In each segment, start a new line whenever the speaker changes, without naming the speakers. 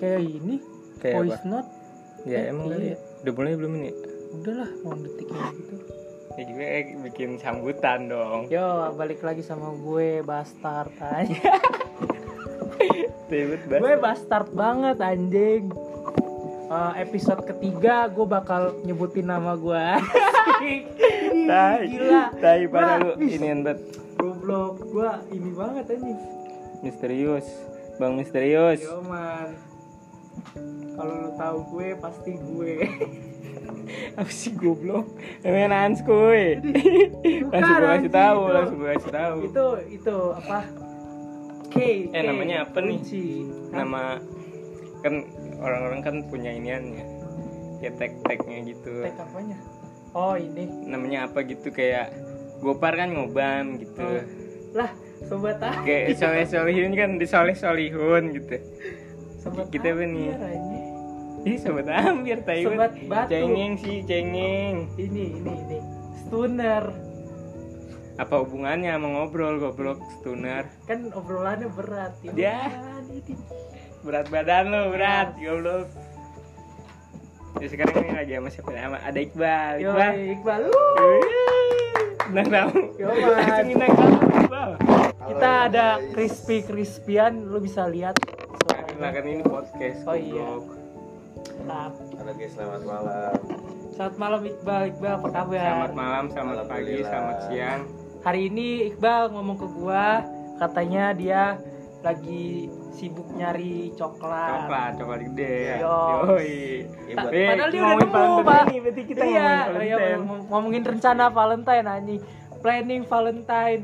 kayak ini
Kayak
voice note
Ya
Eh,
emang
iya, iya.
iya. Udah mulai belum ini?
udahlah mau detiknya gitu
Ya juga eh, bikin sambutan dong.
yo balik lagi sama gue bastard aja
Ribet
gue bastard banget anjing Eh, episode ketiga gue bakal nyebutin nama gue
Tai.
gila
Tai pada
Wah,
lu
ih,
ini banget.
goblok gue ini banget anjing
Misterius. Bang misterius.
yo man kalau lu tahu gue pasti gue
Apa sih goblok? Emang Hans kuy. Langsung gue kasih
anjing,
tahu,
itu.
langsung gue kasih tahu.
itu itu apa K
Eh,
K,
namanya apa nih?
kunci.
Nama kan orang-orang kan punya iniannya. Ya tag-tagnya gitu.
tag apanya oh ini
Namanya apa gitu kayak Gopar kan ngobam gitu.
Oh. lah sobat ah
Kayak soleh solihun kan di soleh solihun gitu.
sobat
kita apa nih?
Amir, anjing.
Ih sobat hampir tai banget.
sobat batu
Cengeng sih, cengeng.
ini ini ini stunner
Apa hubungannya sama ngobrol goblok stunner?
kan obrolannya berat ya
Ya.
kan, ini.
Berat badan lo, berat goblok. Ya sekarang ini lagi sama siapa? Sama ada Iqbal.
yo
Iqbal. Nah,
Iqbal Wuh,
Nang tamu.
Yo, Mas.
Langsung nang tamu Iqbal.
kita ada crispy crispian lu bisa lihat
Nah,
suaranya
kan ini podcast
Oh, iya.
goblok.
Mantap.
Halo guys, selamat malam.
selamat malam Iqbal Iqbal apa kabar
Selamat malam, selamat pagi,
Alhamdulillah.
selamat siang.
Hari ini Iqbal ngomong ke gua, katanya dia lagi sibuk nyari coklat.
Coklat, coklat gede.
Yo.
Yoi.
Ya,
Ta-
buat
Eh,
Padahal dia udah
ngomongin
nemu,
Valentine
Pak.
nih, berarti kita
iya,
ngomongin
iya,
Valentine.
ngom- ngomongin rencana Valentine anjing. Planning Valentine.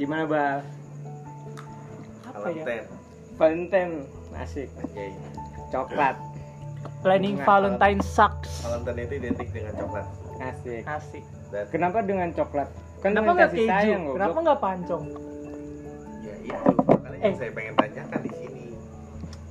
Gimana, Bal?
Apa
Alam
ya?
Ten.
Valentine asik.
Oke.
Coklat
Planning
Nggak,
Valentine sucks.
Alam Ten itu identik dengan coklat.
asik.
Asik.
Dan
Kenapa dengan coklat? Kan
Kenapa
dengan
nggak
kasih
keju?
sayang,
Kenapa
goblok.
nggak pancong?
ya itu makanya yang
Eh.
saya pengen tanyakan di sini.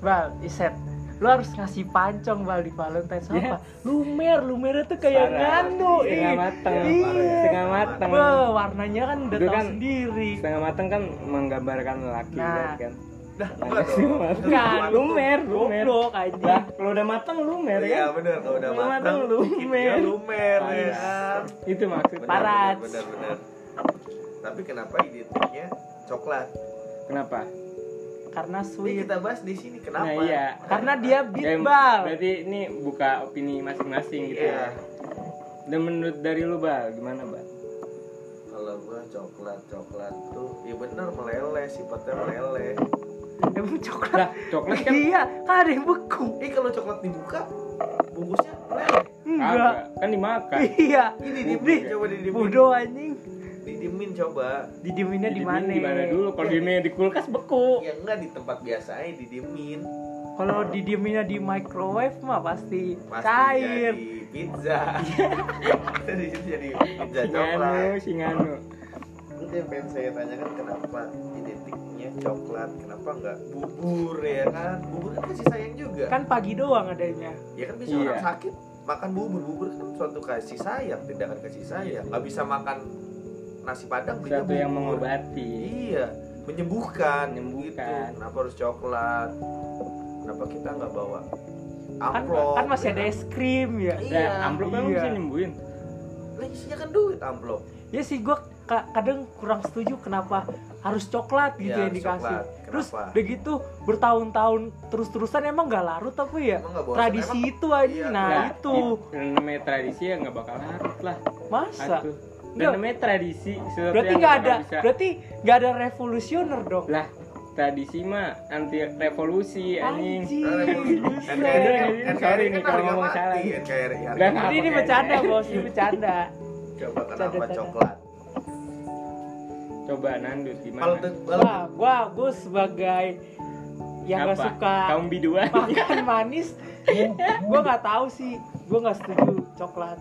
Bal, iset. Lu harus ngasih pancong Bal di Valentine
Ya.
sama lumer, lumernya tuh kayak
Parah.
nganu.
Setengah
ih.
mateng.
Iya.
Setengah mateng.
Wah, warnanya kan udah
Itu
tahu
kan
sendiri.
Setengah mateng kan menggambarkan laki
Nah.
banget kan.
Dah,
Ada setengah mateng.
Bukan.
lumer, lumer.
Goblok anjing.
Lah, kalau udah mateng lumer
Iya
kan.
benar, kalau udah
Kalau matang,
matang
lumer. Iya.
ya lumer
Parah.
ya.
Itu maksudnya.
Parah. Parats.
Benar, benar. Tapi kenapa identiknya coklat?
Kenapa?
Karena
Ini
sweet.
kita bahas di sini kenapa?
Iya. Nah, iya.
Karena dia beat
Dan
Gitu, bal.
Berarti ini buka opini masing-masing gitu
Iya.
ya. Dan menurut dari lu, Bal, gimana, Bal?
Kalau gua coklat, coklat tuh ya benar meleleh, sifatnya meleleh.
Emang coklat.
Lah, coklat kan
Iya, kan ada yang beku.
Eh kalau coklat dibuka, bungkusnya meleleh.
Enggak.
Kagak, kan dimakan.
Iya.
Ini
Nih,
dibuka, coba dibuka.
Bodoh anjing.
didimin coba
Didiminnya di
Didiemin
mana?
Di mana dulu? Kalau
Iya.
diemin di kulkas beku.
ya enggak di tempat biasa aja didimin
Kalau didieminnya di microwave mah pasti,
pasti
cair.
jadi pizza jadi jadi
Iya,
pizza
Singanu,
coklat
singanu.
itu yang pengen saya tanyakan kenapa identiknya coklat kenapa enggak bubur ya kan bubur kan kasih sayang juga
Kan pagi doang adanya.
ya kan bisa
Iya.
orang sakit makan bubur bubur kan suatu kasih sayang tindakan kasih sayang nggak bisa makan nasi padang punya
Satu yang
bubur.
mengobati.
Iya, menyembuhkan, gitu.
Menyembuhkan.
Kenapa harus coklat? Kenapa kita nggak bawa
Kan,
amplop? gitu?
kan masih ada es krim ya.
Iya.
Nah, amplop memang
Iya.
bisa nyembuhin.
Lah isinya kan duit amplop.
Ya sih gua ka- kadang kurang setuju kenapa harus coklat gitu yang
Iya, harus
dikasih.
coklat.
Terus
Kenapa?
udah gitu bertahun-tahun terus-terusan emang gak larut apa ya?
Emang nggak bosan?
Tradisi
Emang-
itu aja.
Iya.
Nah,
Nah,
itu
Yang namanya tradisi ya nggak bakal larut lah.
masa.
Atuh.
Nggak.
Dan namanya tradisi. sesuatu
Berarti
yang
nggak ada,
bisa- Iya,
berarti nggak ada revolusioner dong.
Lah, tradisi mah anti revolusi anjing.
Anjing.
Nah,
buset.
NKRI
Sorry
kan- NKRI
nih
kan
kalau
harga
ngomong
mati,
salah.
NKRI harga
Lah,
Ini
mati.
ini
Apa
bercanda
kayaknya?
bos, ini bercanda.
Coba kenapa
Canda-canda.
coklat?
Coba nandut gimana?
Kalau de- kalau
Wah, gua gua sebagai yang nggak
Apa?
suka
kaum biduan.
makan manis, gua nggak tahu sih. Gua nggak setuju coklat.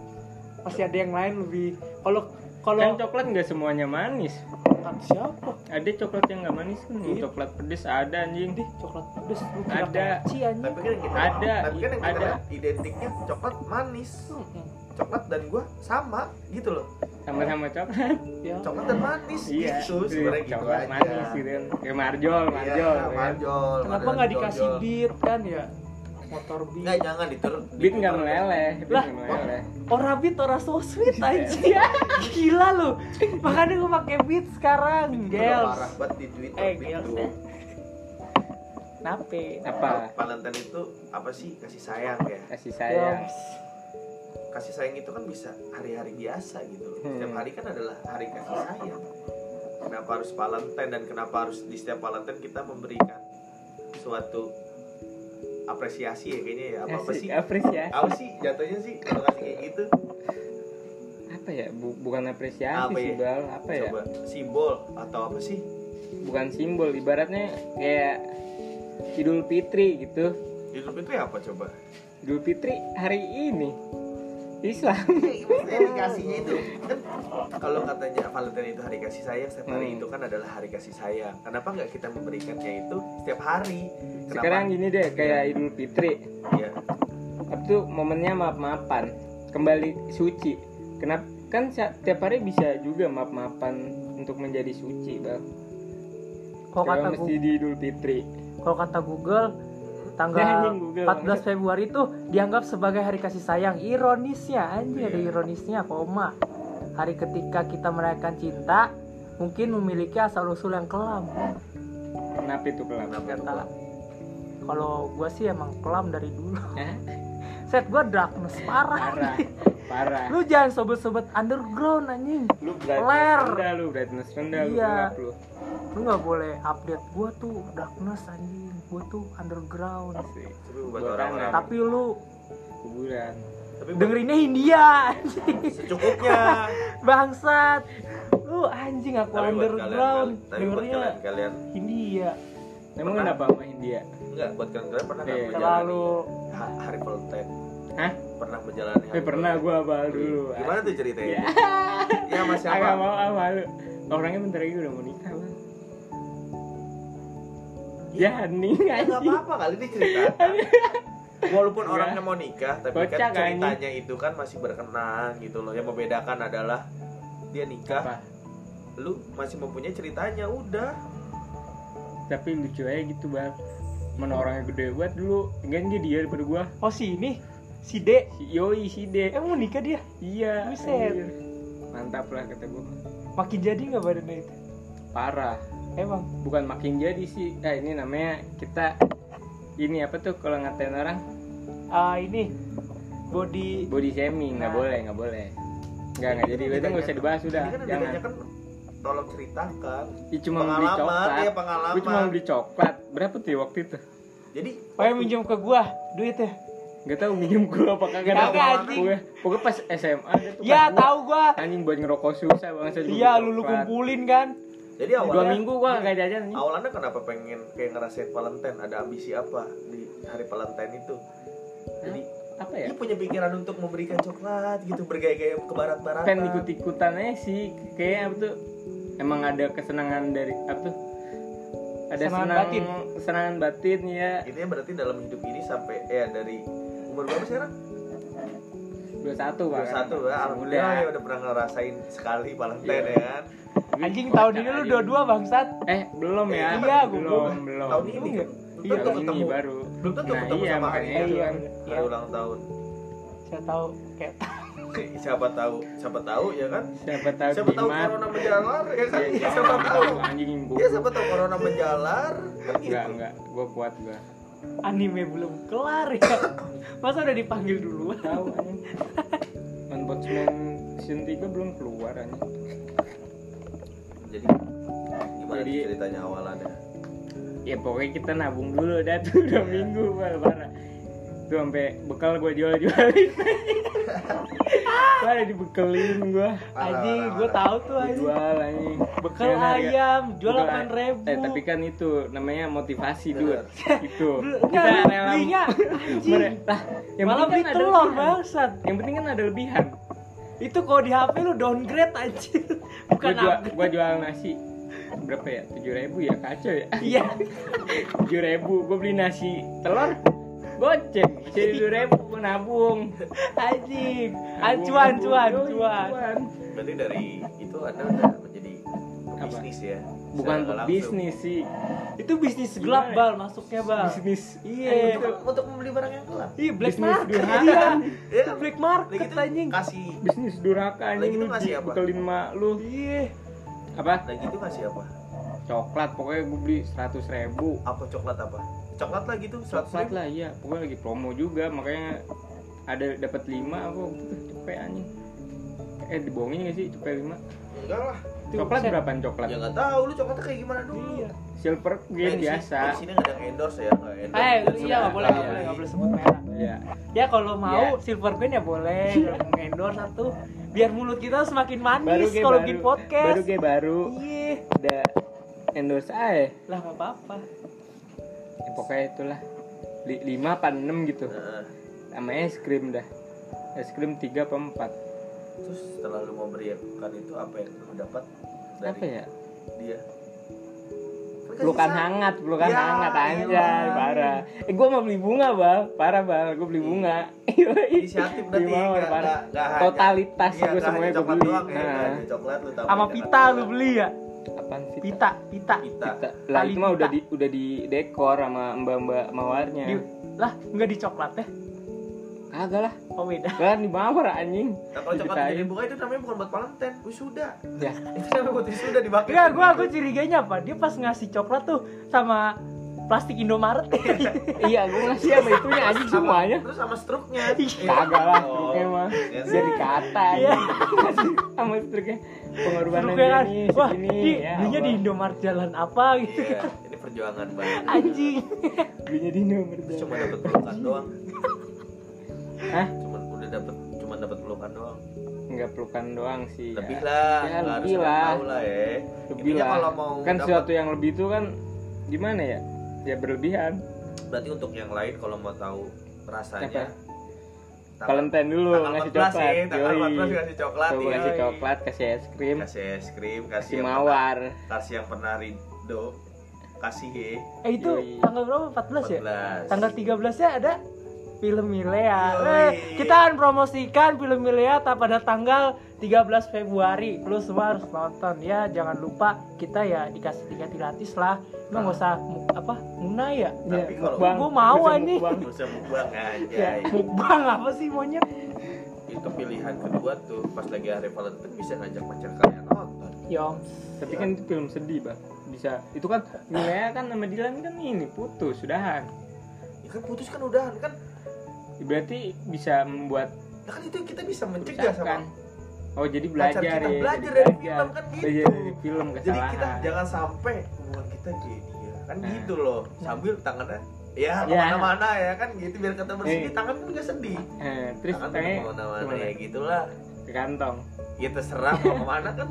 Pasti ada yang lain lebih. Kalau kalau
Kan coklat nggak semuanya manis.
Kan siapa?
Ada coklat yang nggak manis kan?
Iya.
Coklat pedes ada anjing.
Dih, coklat pedes lu kira
Ada.
kaci anjing.
tapi kan yang kita
Ada,
tapi kan yang kita
ada.
identiknya coklat manis.
Hmm,
Coklat dan gua sama gitu loh.
Sama-sama coklat.
Ya.
Coklat dan manis
Iya.
gitu sebenarnya gitu
coklat
aja.
manis gitu kan. Kayak marjol, marjol.
Iya,
kan.
marjol.
Kenapa
marjol,
nggak dikasih
jol-jol.
bir kan ya? motor beat
Enggak, jangan diter. ya.
Beat nggak meleleh, beat
Lah,
nggak meleleh.
ora beat ora Oh, so sweet aja gila lu makanya gue pakai beat sekarang
Itu udah
gels
parah banget di Twitter
Eh,
Beat
gels
tuh.
deh. nape
Nah,
Apa?
Valentine itu apa sih kasih sayang ya?
Kasih sayang.
Gels.
Kasih sayang itu kan bisa hari-hari biasa gitu loh. Setiap
Hmm.
hari kan adalah hari kasih sayang. Kenapa harus Valentine dan kenapa harus di setiap Valentine kita memberikan suatu apresiasi ya kayaknya ya apa apa
Kasih
sih?
apresiasi.
Apa sih jatuhnya sih kalau kasih kayak gitu?
Apa ya? Bu- bukan apresiasi
Apa
sih,
ya?
Bal. Apa ya?
Coba simbol atau apa sih?
Bukan simbol, ibaratnya kayak Idul Fitri gitu.
Idul Fitri ya apa coba?
Idul Fitri hari ini. Islam.
Maksudnya dikasihnya itu kan kalau katanya Valentine itu hari kasih sayang setiap hari
Hmm.
itu kan adalah hari kasih sayang kenapa nggak kita memberikannya itu setiap hari kenapa
Sekarang gini deh, kayak Idul Fitri.
ya
Tapi tuh momennya maaf-maafan. Kembali suci. Kenapa? Kan setiap hari bisa juga maaf-maafan untuk menjadi suci, Bal.
kalau kata
Kalau mesti
Gu-
di Idul Fitri.
kalau kata Google tanggal
Anjing, Google,
14 Februari itu dianggap sebagai hari kasih sayang ironisnya anjir ada
Iya.
ironisnya koma hari ketika kita merayakan cinta mungkin memiliki asal usul yang kelam
Kenapa itu kelam?
kenapa
Nggak
tuh,
tahu.
Bang?
kalau gua sih emang kelam dari dulu
Hah?
set gua darkness parah
Parah, parah.
lu jangan sobat-sobat underground anjing
Lu brightness
Ler.
rendah, lu brightness rendah, lu
Iya.
gelap lu.
lu nggak boleh update gua tuh darkness anjing gua tuh underground
Asik.
tapi buat
Buat
orang-orang
anak.
tapi lu
Kuburan.
tapi buat
dengerinnya India anjing
secukupnya
bangsat lu anjing aku
tapi buat kalian
underground
tapi
ya.
buat
dengernya
kalian kalian
India
Emang
Pernah.
kenapa sama India?
enggak buat kalian kalian pernah nggak
Iya.
menjalani
terlalu
ha- hari Valentine
Hah?
pernah menjalani
Eh pernah
Valentine?
gua abal dulu.
gimana tuh ceritanya
Ya.
ya mas siapa
Agak mau abal lu. Orangnya bentar lagi udah mau nikah, Bang. Ya, nih
Iya,
Ya, nggak
anjing.
apa-apa kali ini cerita. Walaupun
Iya.
orangnya mau nikah, tapi
Kocak,
kan ceritanya itu kan masih berkenan gitu loh. Yang membedakan adalah dia nikah,
Apa?
lu masih mempunyai ceritanya udah.
Tapi lucu aja gitu, Bang. Mana orangnya gede banget dulu. Enggak dia dia daripada gua.
oh si ini si D
Si Yoi, si
eh
De.
mau nikah dia
Iya.
Buset.
anjir. Mantap lah kata gua.
makin jadi nggak badannya itu
Parah.
emang
bukan makin jadi sih nah ini namanya kita ini apa tuh kalau ngatain orang
ah ini body
body shaming
Nah. kan
nggak boleh nggak boleh nggak nggak jadi itu nggak usah dibahas sudah
Ini kan
jangan
bedanya kan tolong ceritakan
Ih, Ya, cuma beli
pengalaman,
coklat
ya pengalaman.
gue cuma beli coklat berapa tuh ya waktu itu
Jadi
Pokoknya Oh, minjem ke gua duit ya
nggak tahu minjem gue apa kagak
Kagak,
tahu.
anjing.
Gue- pokoknya pas SMA ada tuh
Iya,
ya
pas gua-
tahu gua
anjing buat ngerokok susah banget
iya lu lu kumpulin kan
jadi
dua
awalnya
minggu gua nggak jajan anjing.
awalnya kenapa pengen kayak ngerasain Valentine? Ada ambisi apa di hari Valentine itu? Jadi
apa ya
dia punya pikiran untuk memberikan coklat gitu bergaya-gaya ke kan. barat-baratan.
pengen ikut ikutannya sih kayak apa tuh emang ada kesenangan dari apa tuh ada
Kesenangan
senang
batin.
kesenangan batin ya
Intinya berarti dalam hidup ini sampai ya dari umur berapa sekarang?
kan? 21 kan
21 ya. Alhamdulillah ya udah pernah ngerasain sekali
Iya.
Valentine ya kan.
anjing tahun ini lu dua-dua bangsat
eh belum ya
Iya, gua-
belum
gua-
belum
Tahun ini kan?
iya
Belum tentu
tahun ini
ketemu.
baru
Belum tentu
nah
ketemu
iya
sama hari
makanya
ya.
itu
itu
kan.
kan
Hari ulang tahun.
saya tahu kayak
Siapa tahu, siapa tahu ya kan?
siapa tahu
Siapa tahu
jimat.
corona menjalar ya kan?
Iya,
Ya,
jangan.
siapa tahu.
anjing gua
Iya,
Ya siapa tahu corona menjalar kan
enggak
gitu.
enggak gua kuat gua
anime belum kelar ya masa udah dipanggil duluan
tahu anjing Unboxman season 3 belum keluar anjing
Jadi gimana
Jadi-
ceritanya awalannya?
ya pokoknya kita nabung dulu dah tuh dua
Iya.
minggu parah parah tuh sampai bekal gue jual jualin parah dibekelin gue
anjing gua tahu tuh anjing
jual anjing
bekal
Dengan harga-
ayam jual
bekal-
delapan ribu
eh, tapi kan itu namanya motivasi
Bener.
dude itu
Nggak, belinya
Mere-
anjing
lah yang
malah beli
penting kan ada
telur
lebihan.
bangsat
yang penting kan ada lebihan
itu kalau di HP lu downgrade anjir
gue
bukan
jual
upgrade
gua jual nasi berapa ya tujuh ribu ya kacau ya
iya
tujuh ribu gue beli nasi telur goceng jadi tujuh ribu gue nabung
anjing ancuan Ah, cuan cuan
Berarti dari itu Anda udah menjadi
Apa?
bisnis bisnis ya
bukan
Secara langsung.
bisnis sih itu bisnis
gelap
gimana?
bal masuknya bal
bisnis iya
Eh,
untuk, untuk membeli barang yang gelap
iya black
bisnis
market
durhaka.
iya
ya
Itu
kan?
black market
Lagi itu
anjing
kasih
bisnis durhaka
Lagi
anjing
itu
lu
ngasih apa?
dibekelin mak lu
iya
apa
lagi itu kasih apa
coklat pokoknya gue beli seratus ribu
apa coklat apa coklat lah gitu seratus
coklat
ribu.
lah iya pokoknya lagi promo juga makanya ada dapat lima aku cepet anjing eh dibohongin gak sih cepet lima
enggak lah
coklat berapaan coklat
ya nggak tahu lu coklatnya kayak gimana dulu
iya
silver
Eh,
game
di sini- Di
biasa
sini nggak ada yang endorse ya, nggak endorse.
eh
Jangan
iya nggak
sebut
boleh nggak
nama.
boleh nggak boleh sebut merek
ya
ya kalau
Iya.
mau silver queen ya boleh Kalau mau endorse satu biar mulut kita semakin manis
ge
kalau bikin
baru
podcast
ge baru
iya
udah endorse aja
lah nggak apa-apa
Ya, pokoknya itulah Li- lima apa enam gitu
Nah,
sama es krim dah es krim tiga apa empat
terus setelah lu memberikan itu apa yang lu dapat dari
apa ya
dia? Kan kasih
pelukan
saran.
hangat pelukan
Ya,
hangat anjay
iya.
parah eh gue mau beli bunga bal parah bal gue beli bunga Yoi.
Inisiatif
Beli
berarti ya,
mawar,
nggak-
parah.
nggak- nggak hanya-
totalitas
iya,
gue
nggak
semuanya
hanya
gue
coklat
beli
doang ya, nggak
Nah,
hanya coklat lu tambahin
sama
dengan
pita
coklat.
lu beli ya
apaan sih
pita pita
Pita.
Pita. lah
Tali
itu mah udah
pita.
di udah di dekor sama mbak mbak mawarnya
Di- lah nggak di coklat ya
kagak lah
oh beda
kan di mawar anjing
Nah, kalau coklat
Dipitain.
jadi bunga itu namanya bukan buat Valentine, wisuda.
ya
Itu namanya buat wisuda dipakai.
Enggak, gua aku curiganya apa? Dia pas ngasih coklat tuh sama plastik Indomaret.
iya gue ngasih sama itunya anjing
Sama-
semuanya
Terus sama struknya.
kagak lah
Oh.
struknya mah
Iya sih.
bisa dikata
Iya.
anjing. sama struknya pengorbanan
Terus kayak kan,
ini
wah,
segini
di,
ya
belinya di
Allah.
Indomaret jalan apa gitu.
Iya, ini perjuangan banget.
Anjing.
belinya di nomor
Terus
dua.
cuma dapat pelukan doang.
Hah?
Cuman udah dapat cuma dapat pelukan doang.
nggak pelukan doang sih ya.
Lebih lah,
Ya,
nggak
lebih
harus ada yang
lah.
tahu lah ya.
lebih
Intinya
lah
kalau mau
kan
dapat-
sesuatu yang lebih itu kan gimana ya ya berlebihan
Berarti untuk yang lain kalau mau tahu rasanya
Apa? Valentine dulu
tanggal
ngasih
14
coklat
ya, tanggal
yoi.
14 kasih coklat
Coba
yoi.
kasih coklat kasih es krim
Kasih es krim, kasih
kasih
yang
mawar
pernah- Kasih yang pernah Rido. Kasih E, ye.
Eh itu
Yoi.
tanggal berapa? 14 ya?
14.
Tanggal 13-nya ada film Milea.
Yoi.
Eh, kita akan promosikan film Milea ta- pada tanggal 13 Februari. Lu semua harus nonton ya. Jangan lupa kita ya dikasih tiket gratis lah. Emang
Ah.
nggak usah mu- apa? Muna ya?
Tapi
Ya,
kalau-
mukbang.
Gua mau
Bisa
anjing.
mukbang.
Bisa mukbang aja.
Ya, mukbang apa sih monyet?
Itu pilihan kedua tuh pas lagi hari Valentine bisa ngajak pacar kalian nonton.
Yong.
tapi kan itu film sedih bah bisa itu kan Milea kan sama Dilan kan ini putus sudahan
Ya kan putus kan udahan kan.
berarti bisa membuat
Nah kan itu yang kita bisa mencegah
kerusakan
sama
oh jadi belajar
pacar
ya
kita
jadi
belajar dari film kan
belajar
gitu.
dari film
Jadi kita
kesalahan
jangan sampai hubungan kita kayak dia kan
Nah.
gitu loh sambil tangannya ya
Ya.
kemana-mana ya kan gitu biar kata bersih
Eh.
tangan kan nggak sedih
Eh, terus
tangan
tangannya
tetap kemana-mana
kemana?
ya gitulah
ke kantong
ya terserah mau kemana kan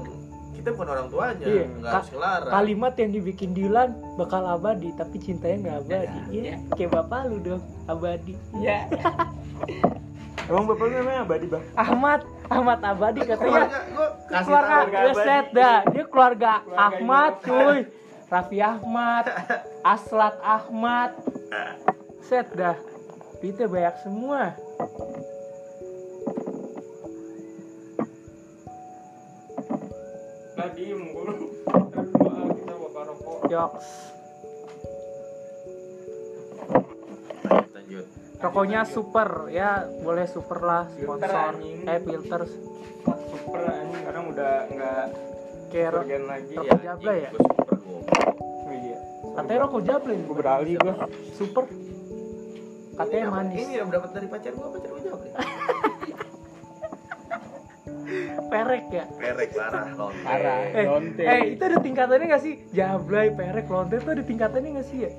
kita bukan orang tuanya
Iya.
nggak
Ka-
harus larang
Kalimat yang dibikin Dilan bakal abadi, tapi cintanya nggak abadi. Iya,
Ya.
kayak bapak lu dong, abadi.
Iya. Emang bapak lu namanya Abadi, Bang?
Ahmad, Ahmad abadi katanya.
keluarga gua kasih
keluarga
tahu
keluarga
dia
abadi.
set dah, dia keluarga,
Keluarga
Ahmad,
Imam
cuy. Raffi Ahmad, Aslat Ahmad. Set dah. Duitnya banyak semua.
Tadi mulu. ah, kita bakar rokok.
Yoks.
lanjut, lanjut.
Rokoknya super ya, boleh super lah sponsor.
Filter, anjing.
Eh filters
Super anjing sekarang udah enggak
kayak
organ lagi
Rokok
ya.
Iya, Anjing,
Jabla ya?
gua super goblok.
Oh, iya.
katanya rokok Jablin.
Gua beralih gua.
Super. Katanya
Ini dapat-
manis.
Iya, ini yang dapat dari pacar gua pacar gua jawab deh.
Perek ya.
perek parah lonte
Parah.
Eh,
Lonte.
eh, itu ada tingkatannya gak sih? Jablay, perek, lonte itu ada tingkatannya gak sih ya?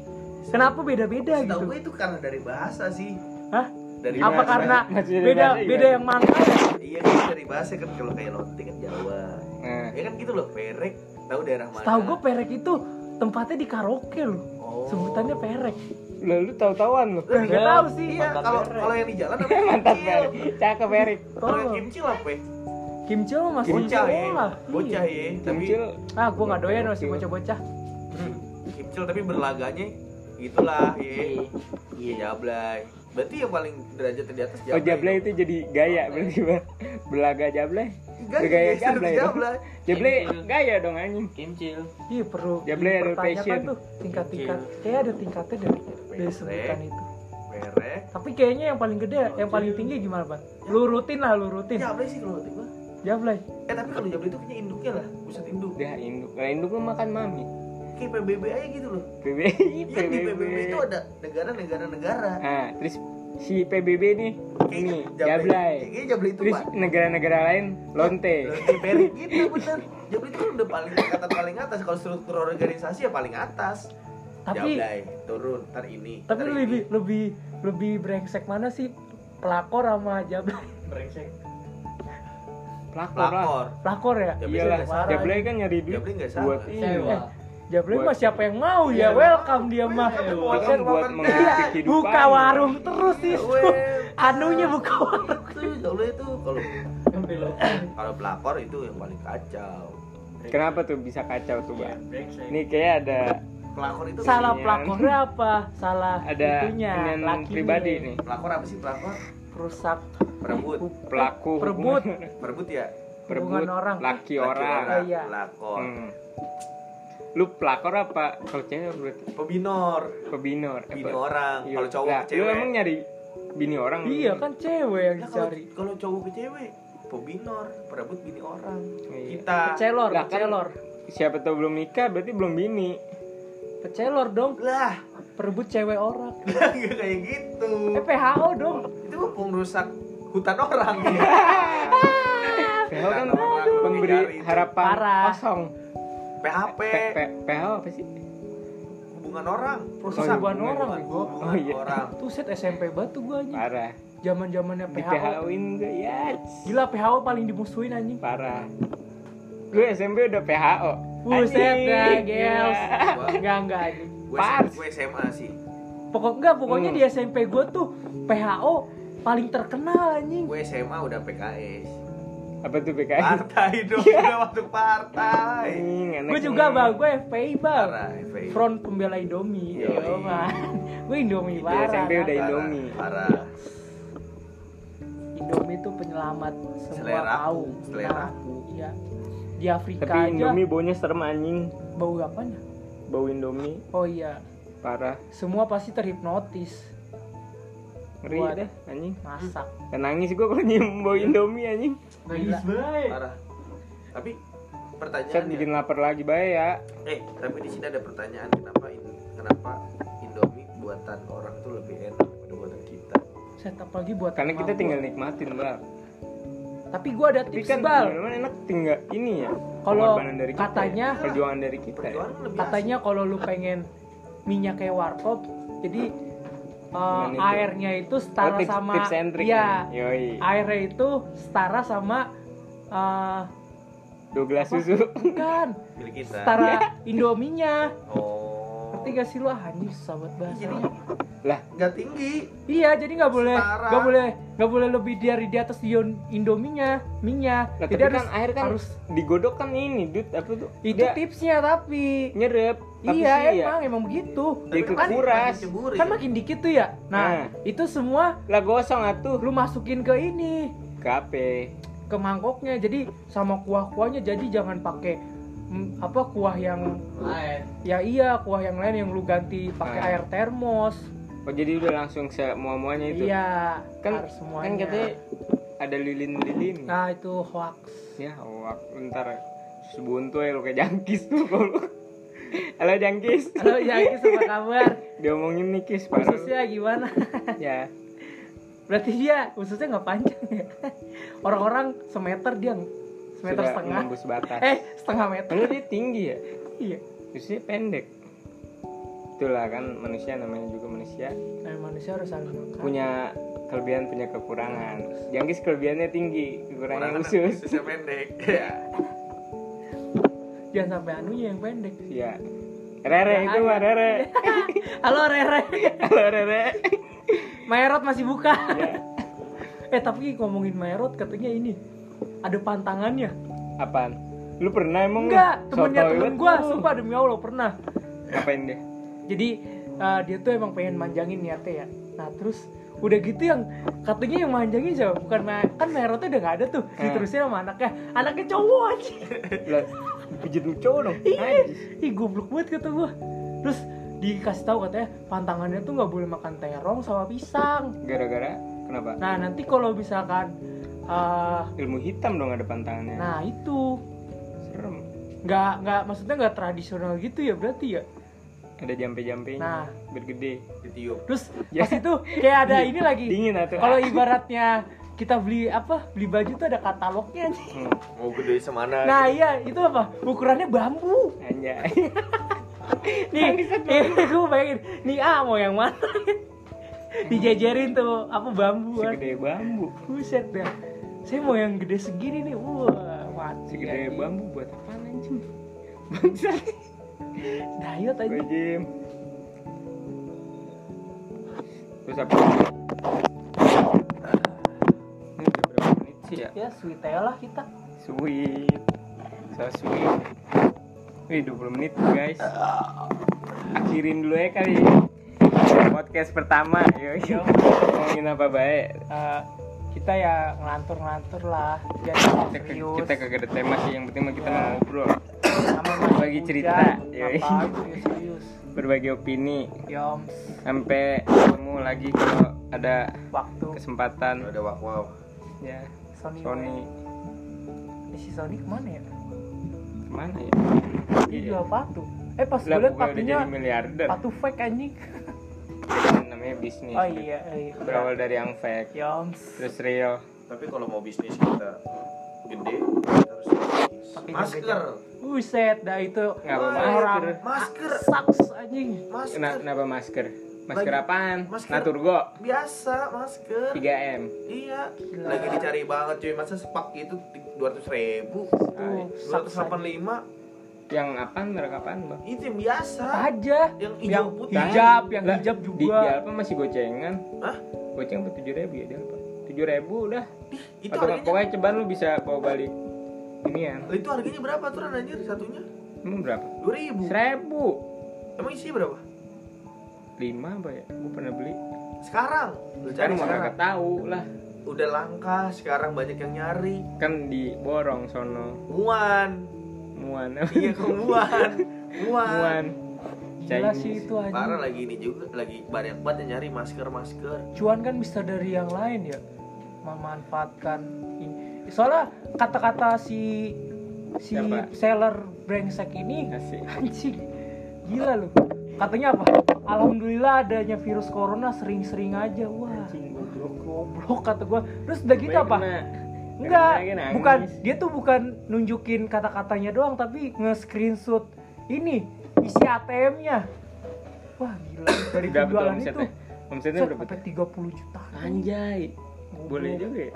Kenapa beda-beda
tahu
gitu?
gue itu karena dari bahasa sih
Hah?
dari
Apa
bahasa.
karena
Masih dari
beda beda
bahasa
kan?
gimana?
yang mana? ya?
iya kan dari bahasa kan kalau kayak lonte kan Jawa
Nah,
ya kan gitu loh perek tahu daerah mana
Tahu gue perek itu tempatnya di karaoke loh.
oh.
Sebutannya perek.
lalu tahu-tahuan lu. Iya.
Lah,
Gak tahu sih.
iya kalau kalau yang di jalan apa
Mantap,
Kimcil?
Erik. Cakep, Erik.
kalau yang
Tolong.
kimcil apa ya?
Kim Jong Un masih
bocah ya
sekolah.
bocah ya tapi
Kimcil
Iya. Ah, gue nggak doyan masih bocah-bocah.
kimcil tapi berlaganya gitulah ya iya jablay berarti yang paling derajat di atas
Oh, Jablay itu jadi gaya berarti, Bang. Belaga Jablay. Gaya
Gaya
gablay dong. Jable gaya dong anjing.
Kimcil.
Iya perlu
Dia beli ada
dipertanyakan
passion.
tuh tingkat-tingkat. Kayak ada tingkatnya dari dari sebutan itu.
merek
Tapi kayaknya yang paling gede, yang paling tinggi gimana bang? Lu rutin lah, lu rutin.
Jable sih kalau tiba
Jablay.
eh tapi kalau Jable itu kayaknya induknya lah buset induk
Dah induk. Lah induk lu makan mami.
kayak PBB aja gitu loh
PBB.
Iya di PBB itu ada negara-negara-negara
Ah, terus si PBB nih ini jablay.
Kayaknya Jable itu
Terus
Pak
negara-negara lain lonte.
Lonte Beri gitu bener Jable itu kan udah paling kata paling atas Kalau struktur organisasi ya paling atas
Tapi
Jablay, turun, ntar ini
tapi
ntar
lebih
ini.
lebih lebih brengsek mana sih pelakor sama jablay?
Brengsek.
Pelakor lah.
Pelakor
Pelakor ya?
Jablay
Iyalah,
nggak salah.
Iya jablay kan nyari duit
Jablay nggak salah.
buat ini.
Sewa.
Jablay
Iya, Buat- Iya,
mah siapa yang mau ya? Welcome dia mah.
Dia kan buat menghidupi
Iya,
kehidupan.
Buka warung terus
Iya,
sih.
Weh,
Anunya buka warung.
itu Jable itu kalau
Belok.
kalau pelakor itu yang paling kacau
Kenapa tuh bisa kacau tuh,
Iya,
Bang?
brengsek.
Nih kayak ada
pelakor itu
Salah
Inian.
pelakornya apa? Salah
Iya. ada
itunya,
penyanyi
lakinya.
pribadi nih.
pelakor apa sih pelakor
Rusak.
perebut
Pelaku
Perebut.
hubungan-
perebut ya
perebut
Hubungan orang.
laki
Laki
orang.
orang.
Iya.
pelakor
Hmm. Lu pelakor apa? Kalau cewek berarti
pebinor
pebinor. Eh,
bini
pe-
orang
Iya.
kalau cowok
Lah,
ke cewek
Lu emang nyari bini orang? lu?
Iya kan cewek yang
Lah, kalau
dicari.
kalau cowok ke cewek pebinor perebut bini orang
Iya.
kita
Pecelor,
Lah, kan-
pecelor.
Siapa tahu belum nikah berarti belum bini.
Pecelor dong,
lah
perebut cewek orang.
lah, nggak kayak gitu
Eh PHO dong.
itu mah pengrusak hutan orang
Ah.
PH kan
Hutan orang, mencari
pemberi
itu.
harapan
Parah.
kosong.
PHP
P- Oh, P- PH apa sih?
hubungan orang
Proses
rusak.
hubungan orang, bego.
hubungan
Oh, iya.
orang
Tuh set SMP batu gua anjing.
Parah.
Zaman-zamannya
Di
PHO.
PH-in gue ya.
Gila PHO paling dimusuhin anjing.
Parah. Gue SMP udah PHO.
Buset
Anjing. Iya.
dah, gels.
Gua-
Enggak, enggak anjing.
gue
Pars.
gue SMA sih
Pokok enggak, pokoknya
Hmm.
di SMP gua tuh PHO paling terkenal anjing.
gue SMA udah PKS
Apa tuh PKI?
partai dong
Iya.
udah masuk partai
Gue juga bang, gue FPI bang.
parah FPI.
Front pembela Indomie.
Yoi.
Yo, man. Gue Indomie
Di
parah.
SMP udah
ya.
kan.
Indomie.
parah
Indomie itu penyelamat semua
Selera aku,
kaum.
selera
Nah,
aku.
Iya. Di Afrika
Tapi
aja
Indomie baunya serem anjing.
bau apanya?
Bau Indomie
Oh iya,
parah.
semua pasti terhipnotis
Ngeri
Buat-
dah anjing.
masak.
Dan nangis gue kalau nyium
Iya.
bau Indomie anjing.
Gila.
parah tapi
Set
pertanyaannya
bikin lapar lagi bae ya.
eh tapi di sini ada pertanyaan kenapa in- kenapa Indomie buatan orang tuh lebih enak daripada buatan kita
Set apalagi buat
Karena kita
kemampuan.
tinggal nikmatin, Bang.
Tapi gua ada
Tapi
tips
kan
bal.
teman-teman enak tinggal ini ya.
Kalau
pengorbanan dari kita
katanya-
ya, perjuangan dari kita ya.
perjuangan lebih asik.
Katanya kalau lu pengen minyak kayak warkop, jadi uh,
Gimana itu?
airnya itu setara
Oh, tips,
sama
tips ya. and trick.
Iya,
nih. Yoi.
airnya itu setara sama uh,
Dua gelas susu.
bukan
milik
Iya.
kita
setara indominya.
oh
Ngerti gak sih lu Ah, anjing susah banget
jadi
bahasanya.
lah,
nggak tinggi
Iya, jadi nggak boleh
Setara.
nggak boleh nggak boleh lebih dari di atas ion indominya, minyak.
lah tapi
jadi
kan air kan
harus
digodok kan ini, Dut. Apa tuh?
itu
Dia
tipsnya tapi
nyerep. Tapi
iya
sih ya.
emang emang begitu
Jadi
kan
kekuras.
masih cemburu
kan
ya.
makin dikit tuh ya nah
Nah.
itu semua
Lah gosong atuh.
lu masukin ke ini
Kape.
ke mangkoknya jadi sama kuah kuahnya jadi jangan pakai mm, apa kuah yang
Lain.
ya iya kuah yang lain yang lu ganti pakai
Ah.
air termos
Oh jadi udah langsung semua-muanya itu.
iya
Kan-
harus semuanya
Kan katanya ada lilin-lilin.
nah itu hoax
Ya Allah, ntar sebuntu ya lu kayak jangkis tuh kalau. Halo jangkis.
halo Yaki apa kabar
Diomongin nih kis parah. lu.
ususnya gimana
Ya.
berarti dia ususnya nggak panjang ya orang-orang semeter dia semeter
sudah
setengah
menembus batas.
eh setengah meter
Padahal dia tinggi ya.
iya
Terusnya pendek. Itulah kan manusia namanya juga manusia
nah, manusia harus saling makan
punya kelebihan punya kekurangan. Jangkis kelebihannya tinggi, kekurangannya
Orang anak
usus.
ususnya pendek ya
jangan sampai anunya yang pendek
Ya. Rere itu mah Rere.
halo Rere
Halo Rere.
Maerot masih buka
Ya.
eh tapi ngomongin Maerot katanya ini ada pantangannya
Apaan? Lu pernah emang? lu?
enggak temennya
Hmm. Sotoy
temen
banget
gue
lu.
sumpah demi Allah pernah
Ngapain deh?
jadi eh, dia tuh emang pengen manjangin niatnya ya nah terus udah gitu yang katanya yang manjangin siapa bukan Ma- kan Merotnya udah nggak ada tuh diterusin sama anaknya anaknya cowok aja
Lah, pijit lu cowok dong.
Iya.
Najis.
ih goblok banget kata gua terus dikasih tahu katanya pantangannya tuh nggak boleh makan terong sama pisang
Gara-gara kenapa?
nah nanti kalau misalkan eh,
Ilmu hitam dong ada pantangannya.
nah itu
Serem.
nggak nggak maksudnya nggak tradisional gitu ya berarti ya
Ada jampe-jampenya.
nah
Bergede.
ditiup
terus
Ya.
pas itu kayak ada
Iya.
ini lagi
Dingin atau?
kalau ibaratnya kita beli apa beli baju tuh ada katalognya nih.
Hmm,
mau gede semana
nah iya itu apa ukurannya bambu
anjay.
nih eh, gue bayangin nih ah mau yang mana dijejerin tuh apa bambu kan
Segede bambu.
buset dah saya mau yang gede segini nih wah mati
Segede
anjing.
bambu buat apaan anjing? Bangsat.
dayot aja
Rejim. Terus apa? Ini udah berapa menit sih ya?
ya sweet aja lah kita
Sweet. So sweet. Wih, 20 menit guys. Akhirin dulu ya kali. ya. Podcast pertama. Yo yo. Ngomongin apa baik?
Eh, kita ya ngelantur ngelantur lah biar kita
Kita, ke-
serius
kita kagak ada tema sih, yang penting mah kita
Ya.
mau ngobrol,
sama
bagi
hujan,
cerita. Yoi.
apa serius serius
berbagi opini
yoms
sampai ketemu lagi kalau ada
waktu
kesempatan
ada wak wow
Iya,
ya
Sony,
Sony
Eh, si Sony kemana ya
kemana ya?
dia
Iya.
jual patu eh pas
Lah
gue liat
bukan udah jadi
patunya
miliarder
patu fake anjing
Kan namanya bisnis
oh iya iya
Berawal dari yang fake
yoms
Terus real
tapi kalau mau bisnis kita gede kita harus bisnis.
Pakai
masker
Buset, dah itu
Nggak Ah, apa
Wah,
orang
masker
masker
saks anjing
masker
Kena- Kenapa masker? Masker
Lagi-
apaan?
masker.
Naturgo
biasa masker
3M
iya
Gila.
lagi dicari banget cuy masa sepak itu dua ratus ribu
iya.
Tuh,
dua
saks
ratus delapan
anjing.
lima
Yang apaan? Merek apaan bang?
itu yang biasa
aja
yang
yang
hijau putih
hijab yang
Lah,
hijab
Di
juga
Alfa masih gocengan
Hah?
Goceng apa 7 ribu ya? Di Alfa 7 ribu udah
Ih,
Atau
itu
nggak,
harganya
pokoknya cobaan lu bisa bawa balik Inian
itu harganya berapa tuh Ran, anjir satunya
Emang berapa?
dua ribu
Seribu
emang isinya berapa
Lima apa ya? Gue pernah beli
sekarang lu cari
Sekarang mah
sekarang
kagak tahu lah
udah langka sekarang banyak yang nyari
Kan diborong sono
muan
Muan
iya ke muan muan
Muan
gila
Chinese.
sih itu
parah
anjing
lagi ini juga lagi banyak banget yang nyari masker masker
cuan kan bisa dari yang lain ya memanfaatkan ini. soalnya kata-kata si si
Siapa?
seller brengsek ini
Asik
anjing gila lu katanya apa alhamdulillah adanya virus corona sering-sering aja wah goblok kata gua terus udah gitu apa
Kena.
Enggak,
Kena, kena,
bukan
nangis.
dia tuh bukan nunjukin kata-katanya doang tapi nge-screenshot ini isi ATM-nya. Wah, gila dari
Udah betul
penjualan itu.
omsetnya Omsetnya
Set,
berapa tuh?
sampai 30 juta.
Anjay
Goblok.
Boleh juga ya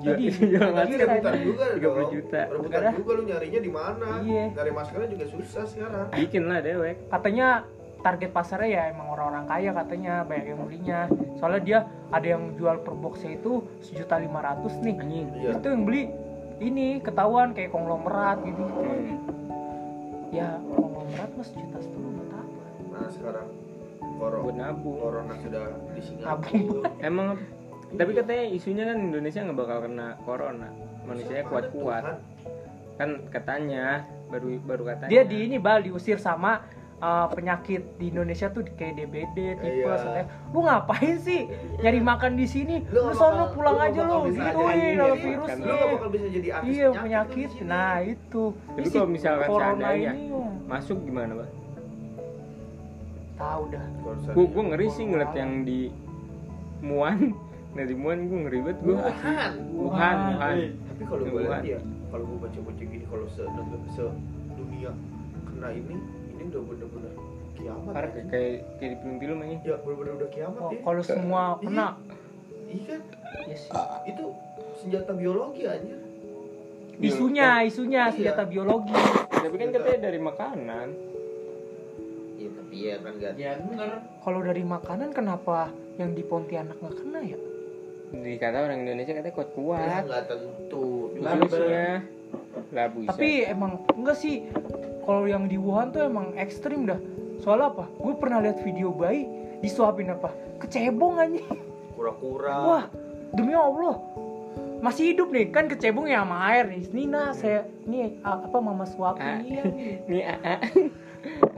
Jadi,
Jual
tadi
masker.
saya-
rebutan juga
30
dong.
juta.
rebutan
Enggak dah.
juga lu nyarinya di mana
Iya.
nyari maskernya juga susah sekarang
Bikin lah dewek
Katanya target pasarnya ya emang orang-orang kaya katanya banyak yang belinya. Soalnya dia ada yang jual per boxnya itu sejuta lima ratus nih.
Anjing
iya
Itu yang beli ini ketahuan kayak konglomerat gitu.
Hmm.
Ya konglomerat mas sejuta sepuluh nggak tahu.
nah sekarang
Buat
corona
nabung
corona sudah di
Nabung.
Singapura
Emang apa? Tapi katanya isunya kan Indonesia nggak bakal kena corona Manusianya kuat-kuat Kan katanya Baru baru katanya
dia di ini bal diusir sama uh, penyakit di Indonesia tuh kayak DBD tipe
Iya.
katanya lu ngapain sih nyari makan di sini
Lu
lu,
nggak
sono
bakal-
pulang
lu
aja
nggak
lu
bakal bisa Iya,
gituin
jadi
sama
ini,
virus
makan
lu gak bakal bisa jadi artis
iya
penyakit
penyakit
lu di sini.
nah itu
Tapi
Ini
kalau
si
misalkan
corona
seandainya-
ini ya,
Masuk gimana bang?
tahu dah
Kalau misalnya-
Gue gue ngeri sih ngeliat yang di Muan Dari Muan gue ngeri banget
Iya.
gue
Wuhan
Wuhan Wuhan
tapi kalau gue
Wuhan.
lihat ya kalau gue baca baca gini kalau se se dunia kena ini ini udah bener-bener kiamat
Parah
anjing.
kayak kayak kayak di film-film aja
ya bener-bener udah kiamat
Oh,
ya
kalau semua kena
iya kan
ya sih.
itu senjata biologi aja
isunya isunya
Iya.
senjata biologi
Tapi
Iya.
kan katanya dari makanan
iya tapi ya kan gak
Ya bener
kalau dari makanan kenapa yang di Pontianak nggak kena ya
Dikata orang Indonesia katanya kuat
Iya.
kuat
nggak tentu Juga
Virusnya Lah buset
Tapi emang enggak sih kalau yang di Wuhan tuh emang ekstrim dah. Soalnya apa? Gue pernah lihat video bayi disuapin apa? Kecebong anjing.
bisa
Ah.
kura-kura
Wah, demi Allah. Masih hidup nih, kan kecebong ya sama air nih. Nina, saya nih a- apa mama suapin
Ah.
iya.
Ini AA.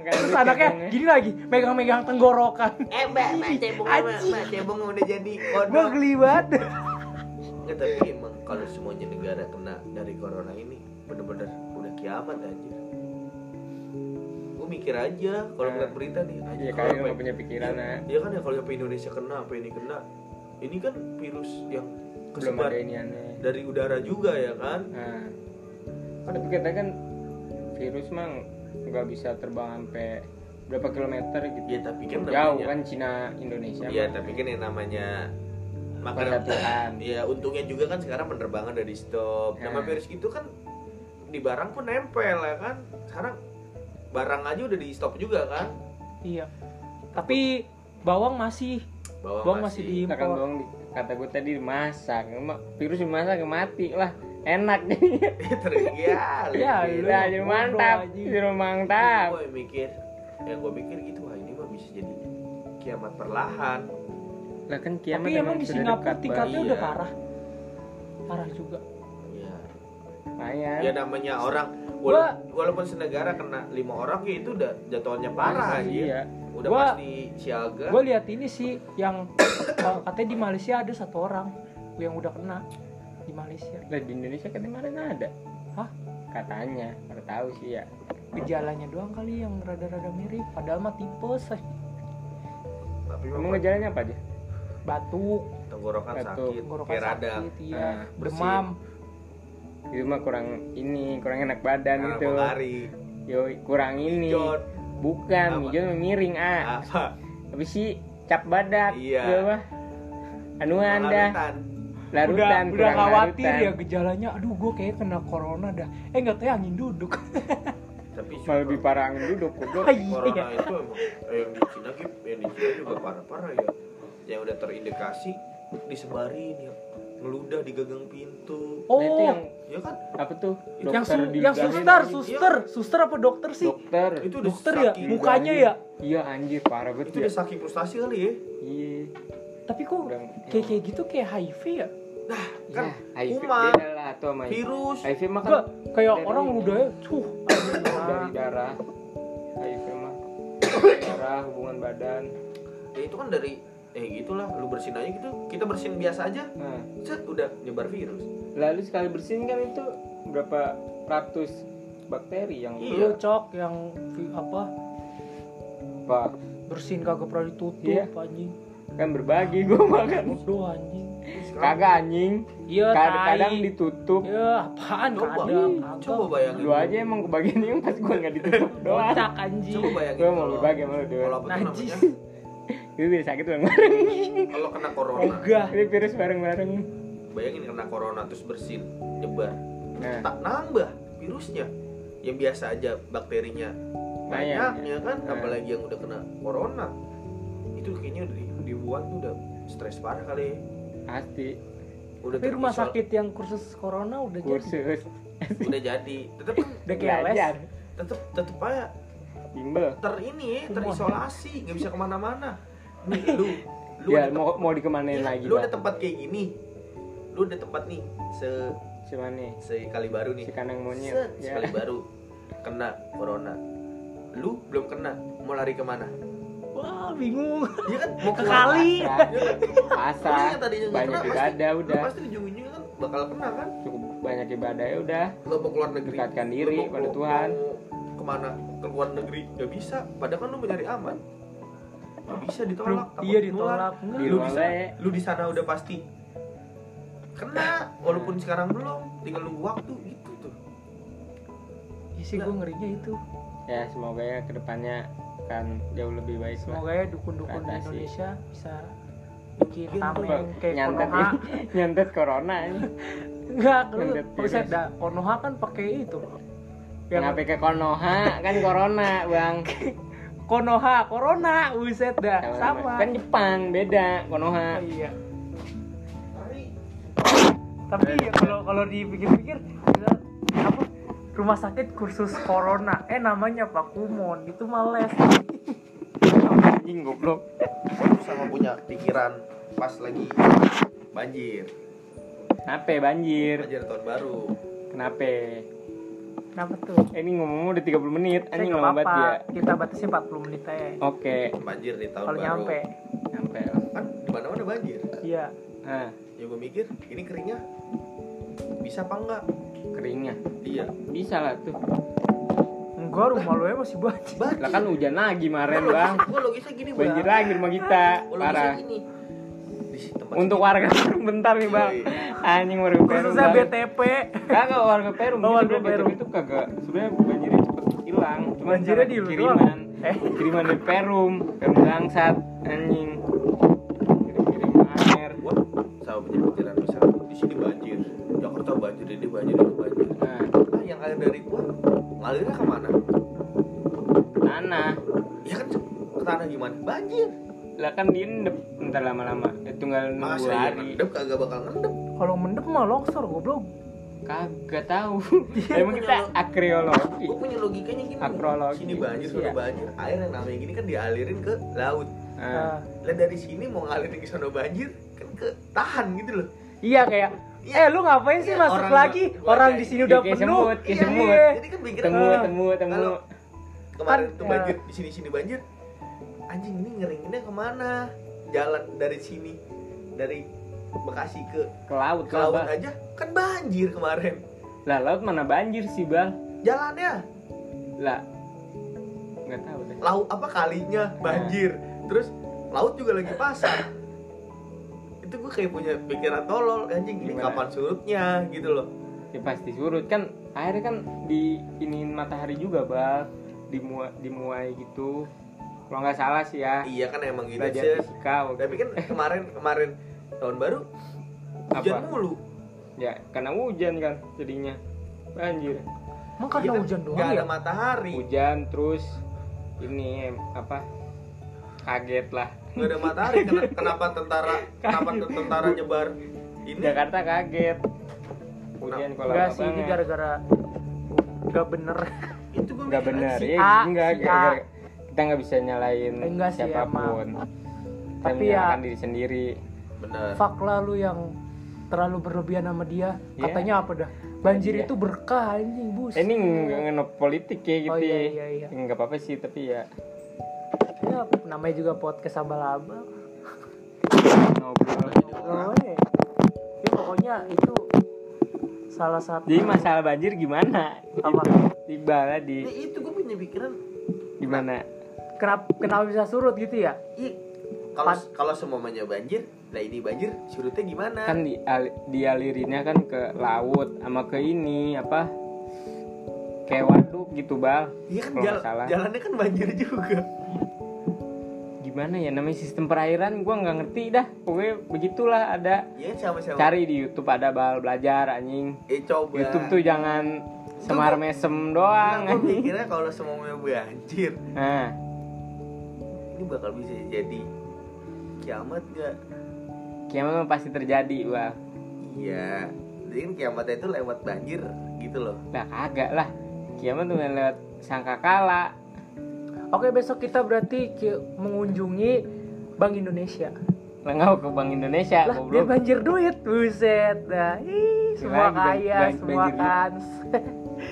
Enggak
Terus
ada
anaknya
cabangnya.
gini lagi, megang-megang tenggorokan.
eh mbak mbak cebong mbak
Anjing.
mbak cebong udah jadi
Gue
kodok
geli banget.
Nggak, Ya, tapi emang kalau semuanya negara kena dari corona ini bener-bener udah kiamat anjir gue mikir aja kalau
Nah.
ngeliat berita nih anjir,
Iya
kalau
kalian nggak
apa-
punya pikiran nah.
Iya kan ya kalau apa Indonesia kena apa ini kena ini kan virus yang
Belum
kesebar
ada ini aneh.
dari udara juga ya kan
Nah. Tapi kita kan virus mang nggak bisa terbang sampai berapa kilometer gitu.
Iya,
ya tapi kan
Jauh
namanya
kan Cina Indonesia.
iya
Mang.
tapi kan yang namanya
Kuasa
makanan
Tuhan.
Iya, untungnya juga kan sekarang penerbangan dari stop.
Iya.
Nama
Hmm.
virus itu kan di barang pun nempel ya kan. Sekarang barang aja udah di stop juga kan.
Iya. Tapi bawang masih Bawang masih di-
Kita kan
Impor.
bohong di- kata gue tadi masak. Virus dimasak ya mati lah. Enak nih.
Iya,
Ter- ya,
Ya, lu
lebih.
Gila, jadi
bodoh,
mantap.
anjing.
Jadi
Itu
mantap.
Gua yang mikir, yang gue mikir gitu wah ini mah bisa jadi kiamat perlahan.
Lah kan kiamat
tapi emang di
sudah
Singapura
dekat,
tingkatnya
Bang.
udah
Iya.
parah. Parah juga.
Ya,
Bang. Lumayan.
ya namanya orang
Iya. Gua-
walaupun, walaupun senegara kena lima orang ya itu udah jatuhannya parah aja.
Iya.
Udah
Gua-
pasti siaga.
Gue lihat ini sih yang eh, katanya di Malaysia ada satu orang yang udah kena di Malaysia.
Lah di Indonesia kan kemarin ada.
Hah?
Katanya, nggak tahu sih ya.
Gejalanya doang kali yang rada-rada mirip, padahal mah tipes, eh.
Tapi
Kamu
memang
ngejalannya apa aja?
batuk,
tenggorokan
Betul.
sakit,
tenggorokan
kayak radang. Nah,
sakit, iya,
bersin.
demam.
Itu mah kurang ini, kurang enak badan
Karena
gitu.
mau lari.
Yo, kurang ini.
John, Apa?
Bukan, hijau miring ah.
apa?
Tapi sih cap badak.
Iya.
Yo, apa? Anu anda
Larutan.
larutan
udah, udah
kurang
khawatir ya
larutan.
gejalanya, aduh gue kayak kena corona dah. Eh nggak tahu ya, angin duduk.
Tapi
Malah lebih
lebih
parah angin duduk goblok. Nah,
corona
Iya.
itu emang eh, yang di Cina Gip, yang di Cina juga parah-parah ya. Yang udah terindikasi disebarin ya. Ngeludah di gagang pintu.
Nah, itu yang
Oh,
Ya kan?
apa tuh?
yang,
Dokter
su-
di
yang
ludahin.
suster,
lagi.
suster, suster apa dokter sih?
Dokter.
Itu udah
Dokter ya,
saking-
mukanya ya.
Iya. Iya anjir parah
Itu
banget. ya.
udah saking frustasi kali ya.
Iya.
Tapi kok
Kurang-
kayak kayak gitu kayak HIV ya?
Kan
ya, HIV
kuman.
beda lah atau sama
Virus.
HIV mah kan
Enggak, kayak
dari-
orang ludahnya, cuh,
keluar dari darah. HIV mah darah hubungan badan.
Ya itu kan dari eh gitulah lu bersin aja gitu kita bersin biasa aja
Nah,
set udah nyebar virus
lalu sekali bersin kan itu berapa ratus bakteri yang
Iya.
cok yang vi- apa
apa
bersin kagak pernah ditutup
Iya.
anjing
kan berbagi gua makan
bodoh anjing
kagak anjing
iya
kadang,
tai.
kadang ditutup
iya apaan
coba
kadang
coba ya. bayangin
lu aja emang kebagian yang pas gua nggak ditutup doang
kocak anjing
coba bayangin
gua mau
kalau-
berbagi sama lu
kalau
doang
apa tuh
najis
namanya
itu biasa sakit bang
kalau kena corona
ogah
ini virus bareng bareng
bayangin kena corona terus bersin nyebar
nah
tak nambah virusnya yang biasa aja bakterinya
Banyak.
banyak ya kan
Nah.
apalagi yang udah kena corona itu kayaknya di, di Wuhan tuh udah stres parah kali ya.
pasti
udah
tapi rumah
terisol-
sakit yang kursus corona udah jadi
kursus
udah jadi tetap
udah kayak les
belajar
tetap tetap aja
bimbel
ter ini ya,
Semua.
terisolasi nggak bisa kemana-mana nih lu lu
ya
ada tem-
mau mau dikemanain lagi
lu ada
bang
tempat kayak gini lu ada tempat nih se
cuman nih
sekali baru nih
si kandang monyet
Set,
ya
sekali baru kena corona lu belum kena mau lari kemana
wah bingung
dia kan mau
Ke
keluar.
kali.
Lu
pasar
yang tadinya nggak
banyak
kena,
ibadah
pasti-
udah
lu pasti ujung-ujungnya kan bakal kena kan
cukup banyak ibadah ya udah
lu mau keluar negeri
Dekatkan
lu
diri
mau-
pada
mau-
Tuhan.
mau kemana ke luar negeri gak bisa padahal kan lu mencari aman gak bisa ditolak takut
iya
nular.
ditolak
Di
enggak
lu
luar
di
lah
sana,
ya.
lu di sana udah pasti kena walaupun sekarang belum tinggal nunggu waktu gitu tuh
Iya sih gue ngerinya itu
ya semoga ya kedepannya akan jauh lebih baik lah
semoga ya dukun-dukun di
Batasi.
Indonesia bisa bikin tameng kayak
nyantet
Konoha
nyantet corona ini
enggak lu
Nyantet iya.
konsep
virus.
dah Konoha kan pakai itu
kenapa ke Konoha kan corona bang
Konoha, Corona, buset dah, sama.
kan Jepang beda Konoha
iya.
Tapi
Tapi ya kalau kalau dipikir-pikir gila, apa rumah sakit kursus corona eh namanya Pak Kumon itu males
anjing goblok
lu sama punya pikiran pas lagi banjir
Kenapa banjir?
banjir tahun baru
Kenapa?
Kenapa tuh?
Eh, ini ngomong udah 30 menit,
Saya
anjing
nggak
lama banget Oh,
apa-apa.
ya.
Kita batasi 40 menit aja.
Oke,
banjir di tahun
Kalau
baru
nyampe.
nyampe.
kan di mana mana banjir
Iya.
Nah,
ya gue mikir ini keringnya bisa apa enggak
keringnya.
iya
Bisa lah tuh.
Enggak rumah lu ya masih banjir.
banjir
Lah kan hujan lagi kemarin, Bang.
gue logisnya gini bang
Banjir lagi rumah kita.
Gua logisnya
Parah.
gini. di si- tempat
Untuk
sini.
warga Perum bentar nih, Bang. Anjing warga Perum.
Iya. Khususnya
Bang.
BTP.
Kagak warga Perum,
Oh, warga
warga Perum
Perum.
itu kagak. Sebenarnya banjirnya cepet hilang, cuma
Banjirnya di lu doang.
kiriman.
Eh.
Kiriman dari Perum, Perum bangsat, anjing. Kirim-kirim air.
Gua sama penyebutan misalnya di sini banjir Jakarta banjir ini banjir itu banjir
Nah,
ah yang ngalir dari gua ngalirnya kemana
tanah.
ya kan ke tanah gimana banjir
Lah kan diendep ntar lama-lama. Ya, tinggal nunggu
masa ya
hari.
ngendep kagak bakal ngendep
Kalau mendem mah longsor goblok.
Kagak tahu.
Iya,
Emang kita akriologi.
gua punya logikanya gini
Akrologi.
sini banjir
Iya.
sana banjir air yang namanya gini kan dialirin ke laut
Nah,
Nah.
lah dari sini mau ngalir ke sana banjir kan ke tahan gitu loh
Iya kayak Eh lu ngapain sih
Iya,
masuk
orang
lagi?
gua- gua
Orang
aja.
di sini udah
Kayak
penuh.
semut, kayak
Iya,
semut.
iya.
jadi kan mikir
temu,
Eh,
temu, temu.
kalau- kemarin
Kan,
tuh
ya.
banjir di sini sini banjir anjing ini ngeringinnya kemana jalan dari sini dari Bekasi ke
Ke laut,
ke
lah,
laut
Bang.
aja kan banjir kemarin
Lah laut mana banjir sih, Bang?
jalannya
Lah. Enggak tahu deh.
laut apa kalinya
Hmm.
banjir terus laut juga lagi pasang itu gue kayak punya pikiran tolol anjing ini
Gimana?
kapan surutnya gitu loh
Ya pasti surut kan airnya kan di iniin matahari juga, Bang. Dimua, dimuai gitu. Kalau nggak salah sih ya.
iya kan emang gitu
Belajar
sih
fisika waktu-
tapi kan kemarin kemarin tahun baru hujan
apa?
mulu
Ya, karena hujan kan jadinya. Banjir.
Emang karena
Iya kan?
hujan doang
Nggak
ya?
ada matahari
hujan terus ini em, apa kaget lah
nggak ada matahari Ken- kenapa tentara
Kan
kenapa tentara nyebar ini
Jakarta kaget hujan kalau
Enggak sih ini gara-gara enggak bener.
itu gue
nggak benar
si
ya
A,
enggak
si
gara-gara
A.
kita nggak bisa nyalain
Eh, iya, enggak sih,
siapapun Kita
Tapi ya-
menyalahkan diri sendiri
benar
Fak lalu yang terlalu berlebihan sama dia.
Iya.
Katanya apa dah? Banjir
Iya.
itu berkah anjing, bus.
Eh, ini nggak ngenop politik ya gitu
Oh, iya,
ya.
iya, iya.
nggak apa-apa sih tapi ya
Ya, namanya juga podcast abal-abal.
ngobrol
Oh, eh. Ya, pokoknya itu salah satu
jadi masalah banjir gimana
Apa?
tiba di
Ini itu gue punya pikiran
gimana
kenapa kenapa bisa surut gitu ya?
i- iya. kalau
Pan-
kalau semuanya banjir lah ini banjir surutnya gimana
kan di, dialirinnya kan ke laut sama ke ini apa kayak waduk gitu bal
iya kan
kalau nggak
jal-
salah
jalannya kan banjir juga
gimana ya namanya sistem perairan gua nggak ngerti dah pokoknya begitulah ada
iya sama sama
cari di YouTube ada bal belajar anjing
eh coba
YouTube tuh jangan semar mesem doang
Nah, gue
anjing
mikirnya kalau semuanya banjir
nah
ini bakal bisa jadi kiamat gak
kiamat mah pasti terjadi bal
iya jadi kan kiamatnya itu lewat banjir gitu loh
lah Nah, kagak lah kiamat tuh lewat sangkakala
Oke, besok kita berarti ki- mengunjungi Bank Indonesia.
lah nggak ke Bank Indonesia
Lah, dia
Ya, goblok
banjir duit, buset. Nah, ih, semua
Lagi ban-
kaya,
ban-
semua kan.
banjir duit.
kans.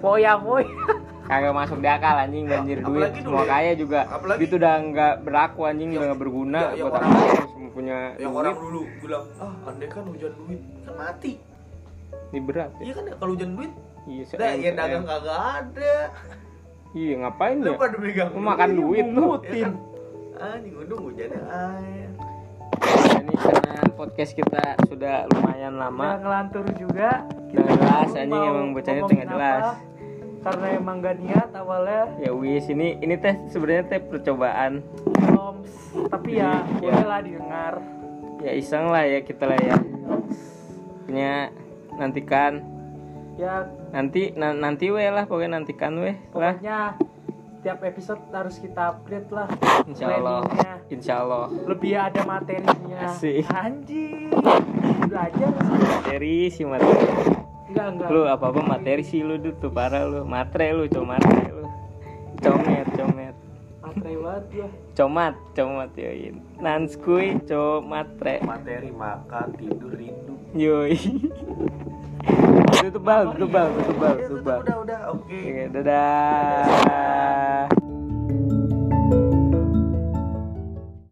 Foya foya.
kagak masuk di akal anjing banjir
Apalagi
duit
dulu
semua
ya.
kaya juga
Apalagi-
itu udah nggak berlaku anjing
Ya,
udah nggak berguna
ya, ya,
buat
orang-
apa harus punya
yang
duit
orang dulu bilang ah andai kan hujan duit kan mati
ini berat ya
iya kan ya, kalau hujan duit
iya
Nah,
se-
ya dagang
se-
kagak ada.
iya ngapain
Lu Iya,
ya
pada megang.
lu makan duit lu Iya,
Putin. Anjing untung hujannya air.
Ya, ini karena podcast kita sudah lumayan
Nggak
lama
ngelantur juga.
Nggak jelas,
bingung
anjing,
mau
emang bocahnya tuh
ngomongin
nggak jelas.
apa. Karena emang gak niat awalnya.
ya wis ini ini teh sebenarnya teh percobaan
Oms. Tapi ya,
Iya.
bolehlah didengar.
ya iseng lah ya kita lah ya punya nantikan
Ya,
nanti na- nanti weh lah pokoknya nantikan weh lah
pokoknya tiap episode harus kita update lah
insyaallah
planningnya.
insyaallah
lebih ada materinya
Asik.
anjing belajar sih.
materi sih materi
enggak enggak
lu apa apa materi sih lu Dut, tuh parah lu matre lu cuma matre lu comet comet
Apa Keren banget gua.
Comat, comat yoin. Nanskui comat re.
materi makan tidur rindu
Yoi. Itu tebal, tebal, tebal,
Ya,
tebal.
udah udah oke
Oke, dadah.